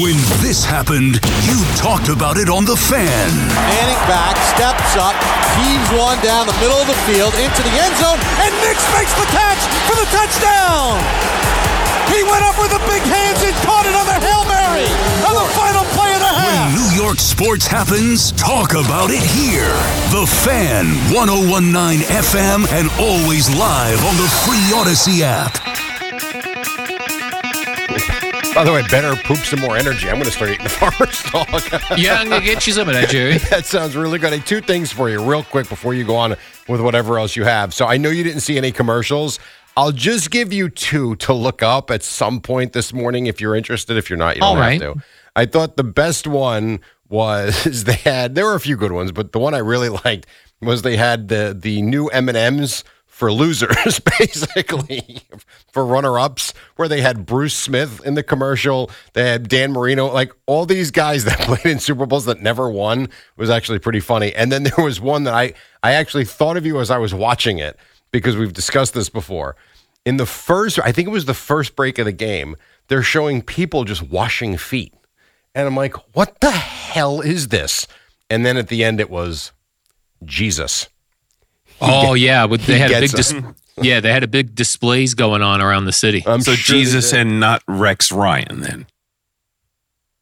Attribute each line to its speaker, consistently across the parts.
Speaker 1: When this happened, you talked about it on The Fan.
Speaker 2: Manning back, steps up, heaves one down the middle of the field into the end zone, and Nix makes the catch for the touchdown! He went up with the big hands and caught it on the Hail Mary on the final play of the
Speaker 1: When
Speaker 2: half!
Speaker 1: New York sports happens, talk about it here. The Fan, 1019 FM, and always live on the free Odyssey app.
Speaker 3: By the way, better poop some more energy. I'm going to start eating the farmer's dog.
Speaker 4: Yeah, I'm gonna get you some of that, Jerry.
Speaker 3: that sounds really good. Hey, two things for you, real quick, before you go on with whatever else you have. So I know you didn't see any commercials. I'll just give you two to look up at some point this morning if you're interested. If you're not, you don't
Speaker 4: All right.
Speaker 3: have to. I thought the best one was they had. There were a few good ones, but the one I really liked was they had the the new M and M's for losers, basically for runner ups, where they had Bruce Smith in the commercial. They had Dan Marino, like all these guys that played in Super Bowls that never won It was actually pretty funny. And then there was one that I I actually thought of you as I was watching it because we've discussed this before in the first i think it was the first break of the game they're showing people just washing feet and i'm like what the hell is this and then at the end it was jesus
Speaker 4: Oh yeah, with,
Speaker 3: he
Speaker 4: they had a
Speaker 3: gets
Speaker 4: big dis- yeah they had a big displays going on around the city.
Speaker 3: i'm
Speaker 5: so
Speaker 3: sure
Speaker 5: Jesus and not Rex Ryan then.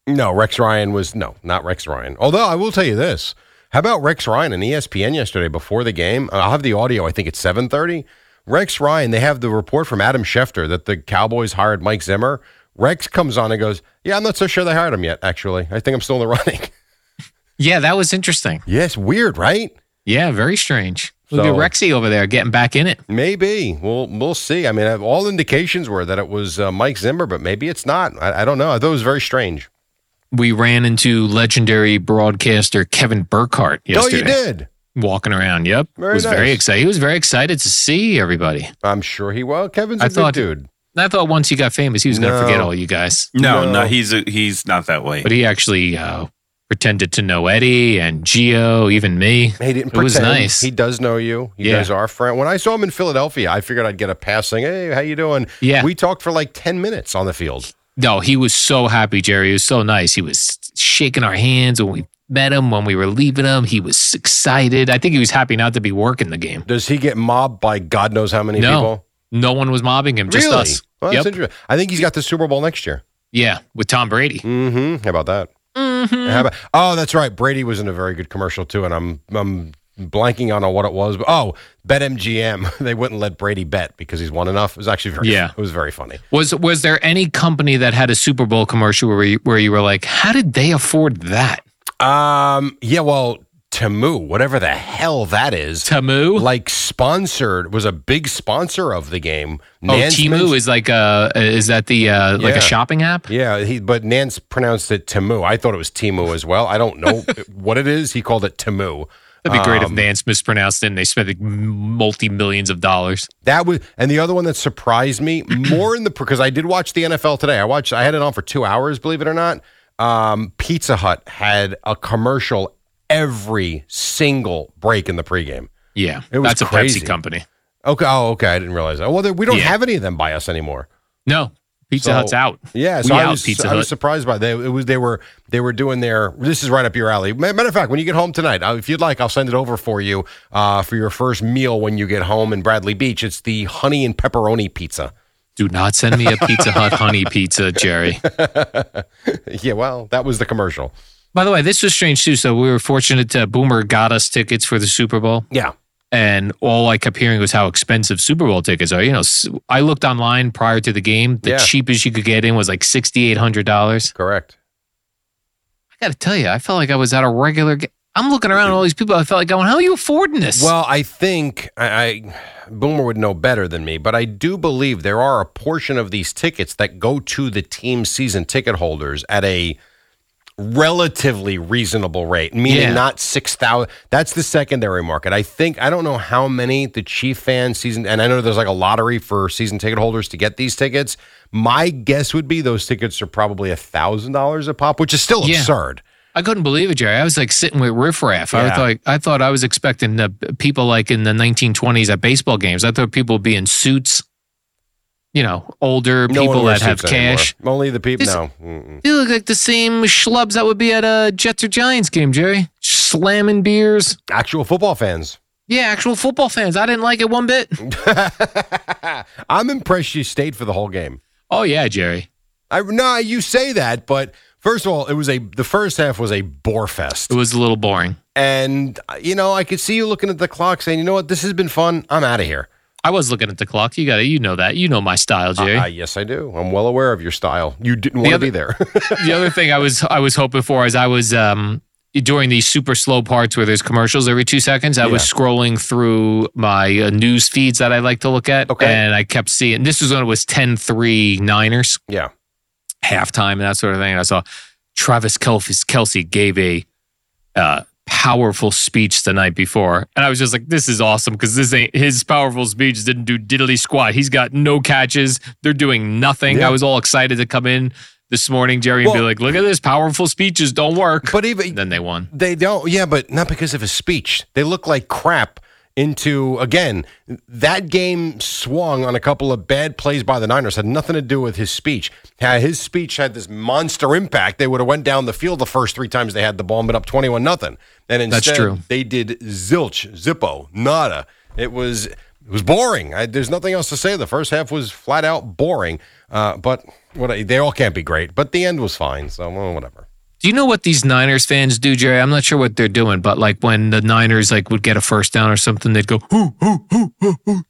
Speaker 3: no rex ryan was no not rex ryan although i will tell you this how about rex ryan E and espn yesterday before the game Uh, i'll have the audio i think it's 7.30 rex ryan they have the report from adam schefter that the cowboys hired mike zimmer rex comes on and goes yeah i'm not so sure they hired him yet actually i think i'm still in the running
Speaker 4: Yeah, that was interesting.
Speaker 3: yes weird right
Speaker 4: Yeah, very strange. Look
Speaker 3: So-
Speaker 4: at Rexy over there getting back in it.
Speaker 3: Maybe we'll we'll see. I mean, all indications were that it was uh, Mike Zimmer, but maybe it's not. I, I don't know. I thought it was very strange.
Speaker 4: We ran into legendary broadcaster Kevin Burkhardt yesterday.
Speaker 3: Oh, you did.
Speaker 4: Walking around. Yep.
Speaker 3: Very
Speaker 4: was very
Speaker 3: nice.
Speaker 4: excited. He was very excited to see everybody.
Speaker 3: I'm sure he will. Kevin's a
Speaker 4: I
Speaker 3: good
Speaker 4: thought-
Speaker 3: dude.
Speaker 4: And I thought once he got famous, he was going to
Speaker 3: No.
Speaker 4: forget all you guys.
Speaker 5: No,
Speaker 3: No.
Speaker 5: no, he's a, he's not that way.
Speaker 4: But he actually uh, pretended to know Eddie and Geo, even me.
Speaker 3: He didn't
Speaker 4: It was
Speaker 3: pretend.
Speaker 4: nice.
Speaker 3: He does know you. He
Speaker 4: Yeah.
Speaker 3: does our friend. When I saw him in Philadelphia, I figured I'd get a pass saying, "Hey, how you doing?"
Speaker 4: Yeah.
Speaker 3: We talked for like ten minutes on the field.
Speaker 4: No, he was so happy, Jerry. He was so nice. He was shaking our hands when we met him, when we were leaving him. He was excited. I think he was happy not to be working the game.
Speaker 3: Does he get mobbed by God knows how many
Speaker 4: No.
Speaker 3: people?
Speaker 4: No one was mobbing him, just
Speaker 3: really?
Speaker 4: us.
Speaker 3: Well, that's
Speaker 4: yep.
Speaker 3: interesting. I think he's got the Super Bowl next year.
Speaker 4: Yeah, with Tom Brady.
Speaker 3: Mm-hmm. How about that? Mm-hmm. How about, oh, that's right. Brady was in a very good commercial too, and I'm I'm blanking on what it was. But oh, BetMGM. They wouldn't let Brady bet because he's won enough. It was actually very
Speaker 4: Yeah.
Speaker 3: It was very funny.
Speaker 4: Was was there any company that had a Super Bowl commercial where you, where you were like, how did they afford that?
Speaker 3: Um. Yeah. Well, Tamu, whatever the hell that is,
Speaker 4: Tamu?
Speaker 3: like sponsored was a big sponsor of the game.
Speaker 4: oh, Timu is like a is that the uh, like
Speaker 3: Yeah.
Speaker 4: a shopping app?
Speaker 3: Yeah, he, but Nance pronounced it Tamu. I thought it was Timu as well. I don't know what it is. He called it Tamu.
Speaker 4: That'd be great if
Speaker 3: Um,
Speaker 4: Nance mispronounced it and they spent like multi millions of dollars.
Speaker 3: That was, and the other one that surprised me more in the because I did watch the NFL today. I watched, I had it on for two hours, believe it or not. Um, Pizza Hut had a commercial every single break in the pregame.
Speaker 4: Yeah,
Speaker 3: It was
Speaker 4: that's a
Speaker 3: crazy.
Speaker 4: Pepsi company.
Speaker 3: Okay, oh, okay, I didn't realize that. Well, there- we don't
Speaker 4: Yeah.
Speaker 3: have any of them by us anymore.
Speaker 4: No, Pizza
Speaker 3: So-
Speaker 4: Hut's out.
Speaker 3: Yeah,
Speaker 4: we
Speaker 3: so I
Speaker 4: out
Speaker 3: was,
Speaker 4: Pizza
Speaker 3: I was
Speaker 4: Hut.
Speaker 3: surprised by that. It was they were they were doing their. This is right up your alley. Ma- Matter of fact, when you get home tonight, uh, if you'd like, I'll send it over for you uh, for your first meal when you get home in Bradley Beach. It's the honey and pepperoni pizza.
Speaker 4: Do not send me a Pizza Hut honey pizza, Jerry.
Speaker 3: Yeah, well, that was the commercial.
Speaker 4: By the way, this was strange too. So we were fortunate to Boomer got us tickets for the Super Bowl.
Speaker 3: Yeah.
Speaker 4: and all I kept hearing was how expensive Super Bowl tickets are. You know, s- I looked online prior to the game. The
Speaker 3: Yeah.
Speaker 4: cheapest you could get in was like sixty eight hundred dollars.
Speaker 3: Correct.
Speaker 4: I got to tell you, I felt like I was at a regular. Ga- I'm looking around at all these people. I felt like going, "How are you affording this?"
Speaker 3: Well, I think I, I Boomer would know better than me, but I do believe there are a portion of these tickets that go to the team season ticket holders at a relatively reasonable rate, meaning
Speaker 4: Yeah.
Speaker 3: not six thousand. That's the secondary market. I think I don't know how many the Chief fans season, and I know there's like a lottery for season ticket holders to get these tickets. My guess would be those tickets are probably a thousand dollars a pop, which is still
Speaker 4: Yeah.
Speaker 3: absurd.
Speaker 4: I couldn't believe it, Jerry. I was like sitting with riffraff. I
Speaker 3: Yeah.
Speaker 4: was like, I thought I was expecting the people like in the 1920s at baseball games. I thought people would be in suits. You know, older
Speaker 3: No one
Speaker 4: people
Speaker 3: wears
Speaker 4: that have
Speaker 3: suits anymore.
Speaker 4: cash.
Speaker 3: Only the people.
Speaker 4: This-
Speaker 3: No. Mm-mm.
Speaker 4: They look like the same schlubs that would be at a Jets or Giants game, Jerry. Slamming beers.
Speaker 3: Actual football fans.
Speaker 4: Yeah, actual football fans. I didn't like it one bit.
Speaker 3: I'm impressed you stayed for the whole game.
Speaker 4: Oh yeah, Jerry.
Speaker 3: I no, you say that, but first of all, it was a the first half was a bore fest,
Speaker 4: It was a little boring.
Speaker 3: and uh, you know I could see you looking at the clock saying, you know what, this has been fun. I'm out of here.
Speaker 4: I was looking at the clock. You got to, you know that. You know my style, Jerry.
Speaker 3: Ah, yes, I do. I'm well aware of your style. You didn't want to
Speaker 4: other-
Speaker 3: be there.
Speaker 4: the other thing I was I was hoping for is I was um during these super slow parts where there's commercials every two seconds. I was scrolling through my uh, news feeds that I like to look at,
Speaker 3: Okay.
Speaker 4: and I kept seeing this was when it was 10-3 Niners
Speaker 3: yeah,
Speaker 4: halftime and that sort of thing. And I saw Travis Kelce Kelsey gave a uh, powerful speech the night before, and I was just like, "This is awesome" because this ain't his powerful speech didn't do diddly squat. He's got no catches. They're doing nothing.
Speaker 3: Yeah.
Speaker 4: I was all excited to come in this morning, Jerry, and
Speaker 3: Well-
Speaker 4: be like, "Look at this! Powerful speeches don't work."
Speaker 3: but even
Speaker 4: then they won.
Speaker 3: They don't. Yeah, but not because of his speech. They look like crap. Into again, that game swung on a couple of bad plays by the Niners. Had nothing to do with his speech. Had his speech had this monster impact, they would have went down the field the first three times they had the ball and been up twenty-one nothing. And instead,
Speaker 4: true.
Speaker 3: they did zilch, zippo, nada. It was it was boring. I, there's nothing else to say. The first half was flat out boring. Uh, but what I- they all can't be great. But the end was fine. So well, whatever.
Speaker 4: Do you know what these Niners fans do, Jerry? I'm not sure what they're doing, but like when the Niners like would get a first down or something, they'd go, "Hoo hoo hoo hoo hoo." Do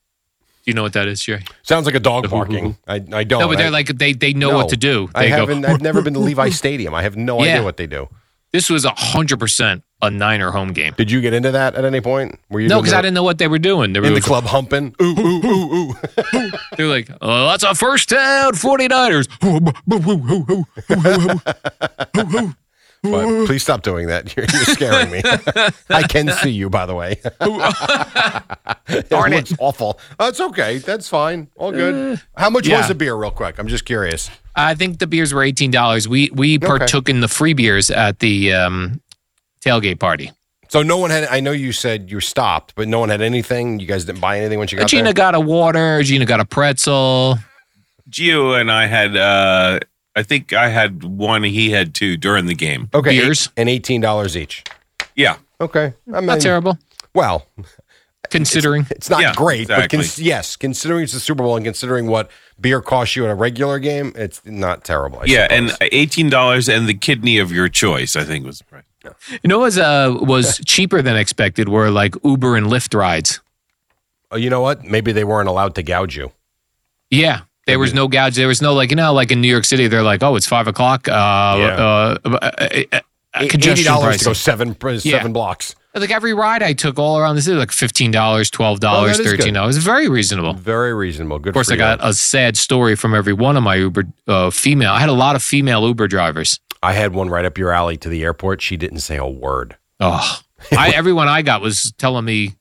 Speaker 4: you know what that is, Jerry?
Speaker 3: Sounds like a dog barking. I, I don't.
Speaker 4: No, but they're
Speaker 3: Oh, I-
Speaker 4: like they they know what
Speaker 3: No.
Speaker 4: to do.
Speaker 3: I
Speaker 4: They go.
Speaker 3: haven't. I've never been to Levi Stadium. I have no idea
Speaker 4: Yeah.
Speaker 3: what they do.
Speaker 4: This was hundred percent a Niner home game.
Speaker 3: Did you get into that at any point? Were you
Speaker 4: No,
Speaker 3: doing
Speaker 4: because
Speaker 3: the-
Speaker 4: I didn't know what they were doing. They were
Speaker 3: in the
Speaker 4: like-
Speaker 3: club humping? Ooh ooh ooh ooh.
Speaker 4: They're like, oh, that's a first down, 49ers. Hoo, boo, boo, hoo, hoo, hoo, hoo, hoo, hoo, hoo,
Speaker 3: But please stop doing that. You're, you're scaring me. I can see you, by the way. it
Speaker 4: Darn it. Uh,
Speaker 3: looks awful. That's okay. That's fine. All good. How much
Speaker 4: yeah.
Speaker 3: was the beer, real quick? I'm just curious.
Speaker 4: I think the beers were eighteen dollars. We we partook in the free beers at the um, tailgate party.
Speaker 3: So no one had. I know you said you stopped, but no one had anything. You guys didn't buy anything once you got
Speaker 4: Gina
Speaker 3: there.
Speaker 4: got a water. Gina got a pretzel.
Speaker 5: Gio and I had, uh, I think I had one, he had two during the game.
Speaker 3: Okay,
Speaker 4: beers.
Speaker 3: and eighteen dollars each.
Speaker 5: Yeah.
Speaker 3: Okay, I mean,
Speaker 4: Not terrible,
Speaker 3: Well,
Speaker 4: considering.
Speaker 3: It's not
Speaker 5: Yeah,
Speaker 3: great,
Speaker 5: exactly.
Speaker 3: but cons- yes, considering it's the Super Bowl and considering what beer costs you at a regular game, it's not terrible. I
Speaker 5: Yeah.
Speaker 3: suppose.
Speaker 5: And $18 and the kidney of your choice, I think was the price.
Speaker 4: You know, what was uh was cheaper than expected. Were like Uber and Lyft rides.
Speaker 3: Oh, you know what? Maybe they weren't allowed to gouge you.
Speaker 4: Yeah. There was no gouge. There was no like you know like in New York City they're like oh it's five o'clock. Uh, uh, uh, uh, uh, uh,
Speaker 3: Eighty
Speaker 4: congestion
Speaker 3: dollars to go
Speaker 4: pricing.
Speaker 3: seven pr-
Speaker 4: Yeah.
Speaker 3: seven blocks.
Speaker 4: Like every ride I took all around the city like fifteen dollars, twelve dollars,
Speaker 3: Oh, that is good.
Speaker 4: thirteen dollars. Very reasonable. Of
Speaker 3: Very reasonable. Good. Of
Speaker 4: course, I got a sad story from every one of my Uber uh, female. I had a lot of female Uber drivers.
Speaker 3: I had one right up your alley to the airport. She didn't say a word.
Speaker 4: Oh, I, everyone I got was telling me,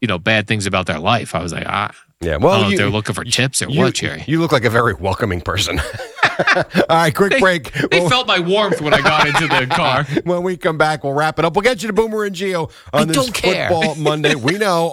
Speaker 4: you know, bad things about their life. I was like, ah,
Speaker 3: Yeah.
Speaker 4: I don't
Speaker 3: Well,
Speaker 4: know
Speaker 3: you,
Speaker 4: if they're looking for tips or
Speaker 3: you,
Speaker 4: what, Jerry.
Speaker 3: you look like a very welcoming person. All right, quick break.
Speaker 4: they
Speaker 3: Well-
Speaker 4: felt my warmth when I got into the car.
Speaker 3: when we come back, we'll wrap it up. We'll get you to Boomer and Geo on
Speaker 4: I
Speaker 3: this
Speaker 4: don't care.
Speaker 3: Football Monday. We know.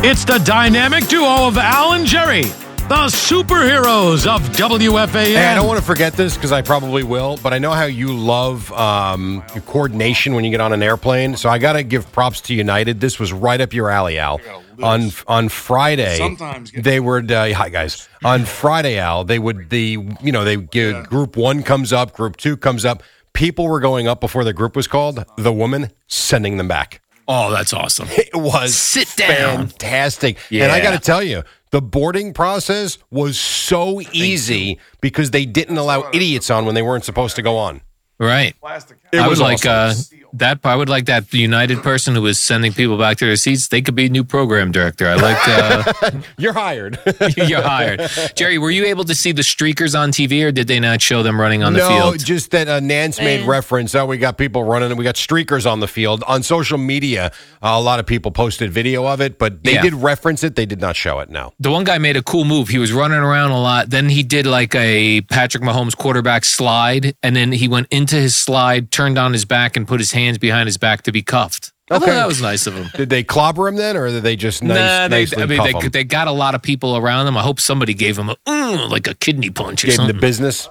Speaker 6: It's the dynamic duo of Al and Jerry, the superheroes of WFAN.
Speaker 3: Hey, I don't want to forget this because I probably will, but I know how you love um, your coordination when you get on an airplane. So I got to give props to United. This was right up your alley, Al. On on Friday,
Speaker 7: Sometimes get-
Speaker 3: they would uh, hi guys. On Friday, Al, they would the you know they give group one comes up, group two comes up. People were going up before the group was called. The woman sending them back.
Speaker 4: Oh, that's awesome.
Speaker 3: It was
Speaker 4: Sit down.
Speaker 3: fantastic. And I
Speaker 4: Yeah.
Speaker 3: got to tell you, the boarding process was so easy because they didn't allow idiots on when they weren't supposed to go on.
Speaker 4: Right.
Speaker 7: Plastic.
Speaker 4: I would
Speaker 3: was
Speaker 4: like uh,
Speaker 3: awesome.
Speaker 4: that. I would like that United person who was sending people back to their seats. They could be new program director. I like. Uh,
Speaker 3: You're hired.
Speaker 4: you're hired, Jerry. Were you able to see the streakers on TV, or did they not show them running on the
Speaker 3: no,
Speaker 4: field?
Speaker 3: just that uh, Nance made reference. Now we got people running and we got streakers on the field. On social media, uh, a lot of people posted video of it, but they
Speaker 4: Yeah.
Speaker 3: did reference it. They did not show it. No.
Speaker 4: the one guy made a cool move. He was running around a lot. Then he did like a Patrick Mahomes quarterback slide, and then he went into his slide, turned on his back, and put his hands behind his back to be cuffed. I thought
Speaker 3: Okay.
Speaker 4: that was nice of him.
Speaker 3: Did they clobber him then, or did they just nice,
Speaker 4: nah, they,
Speaker 3: nicely
Speaker 4: I mean,
Speaker 3: cuff
Speaker 4: they,
Speaker 3: him?
Speaker 4: they got a lot of people around them. I hope somebody gave him a, mm, like a kidney punch or
Speaker 3: gave him
Speaker 4: something.
Speaker 3: the business?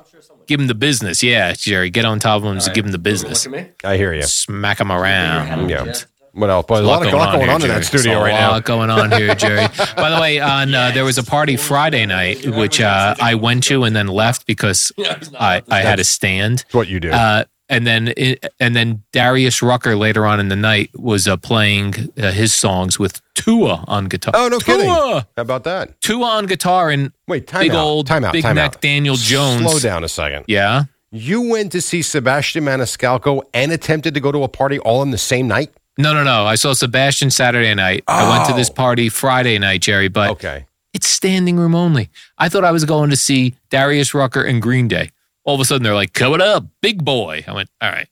Speaker 4: give him the business. Yeah, Jerry, get on top of him and give him the business.
Speaker 3: I hear you.
Speaker 4: Smack him around.
Speaker 3: Yeah. What else? Boy, a lot, of- lot going
Speaker 4: here,
Speaker 3: on in
Speaker 4: Jerry.
Speaker 3: that studio
Speaker 4: There's a
Speaker 3: right now.
Speaker 4: lot going on here, Jerry. By the way, on uh, there was a party Friday night, which uh, I went to and then left because I, I had a stand.
Speaker 3: That's what you do.
Speaker 4: Uh, and then it, and then Darius Rucker later on in the night was uh, playing uh, his songs with Tua on guitar.
Speaker 3: Oh, no kidding. How
Speaker 4: Tua!
Speaker 3: about that?
Speaker 4: Tua on guitar and
Speaker 3: Wait, time
Speaker 4: big
Speaker 3: out.
Speaker 4: old
Speaker 3: time out.
Speaker 4: Big
Speaker 3: time
Speaker 4: Mac
Speaker 3: out.
Speaker 4: Daniel Jones.
Speaker 3: Slow down a second.
Speaker 4: Yeah.
Speaker 3: You went to see Sebastian Maniscalco and attempted to go to a party all on the same night?
Speaker 4: No, no, no. I saw Sebastian Saturday night. I went to this party Friday night, Jerry, but
Speaker 3: Oh. Okay.
Speaker 4: it's standing room only. I thought I was going to see Darius Rucker and Green Day. All of a sudden, they're like, coming up, big boy. I went, all right,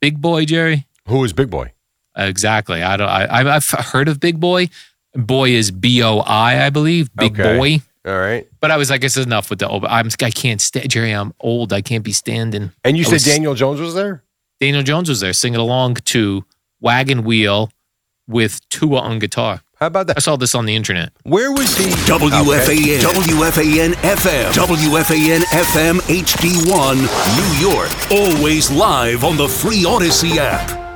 Speaker 4: big boy, Jerry.
Speaker 3: Who is Big Boy?
Speaker 4: Exactly. I don't. I, I- I've heard of Big Boy. Boy is B O I, I believe. Big
Speaker 3: Okay.
Speaker 4: Boy.
Speaker 3: All right.
Speaker 4: But I was like, it's enough with the. old. I'm. I can't stand Jerry. I'm old. I can't be standing.
Speaker 3: And you
Speaker 4: I
Speaker 3: said
Speaker 4: was-
Speaker 3: Daniel Jones was there?
Speaker 4: Daniel Jones was there singing along to Wagon Wheel with Tua on guitar.
Speaker 3: How about
Speaker 4: I
Speaker 3: that?
Speaker 4: saw this on the internet.
Speaker 3: Where was he?
Speaker 1: WFAN, WFAN FM, WFAN FM HD1, New York. Always live on the free Odyssey app.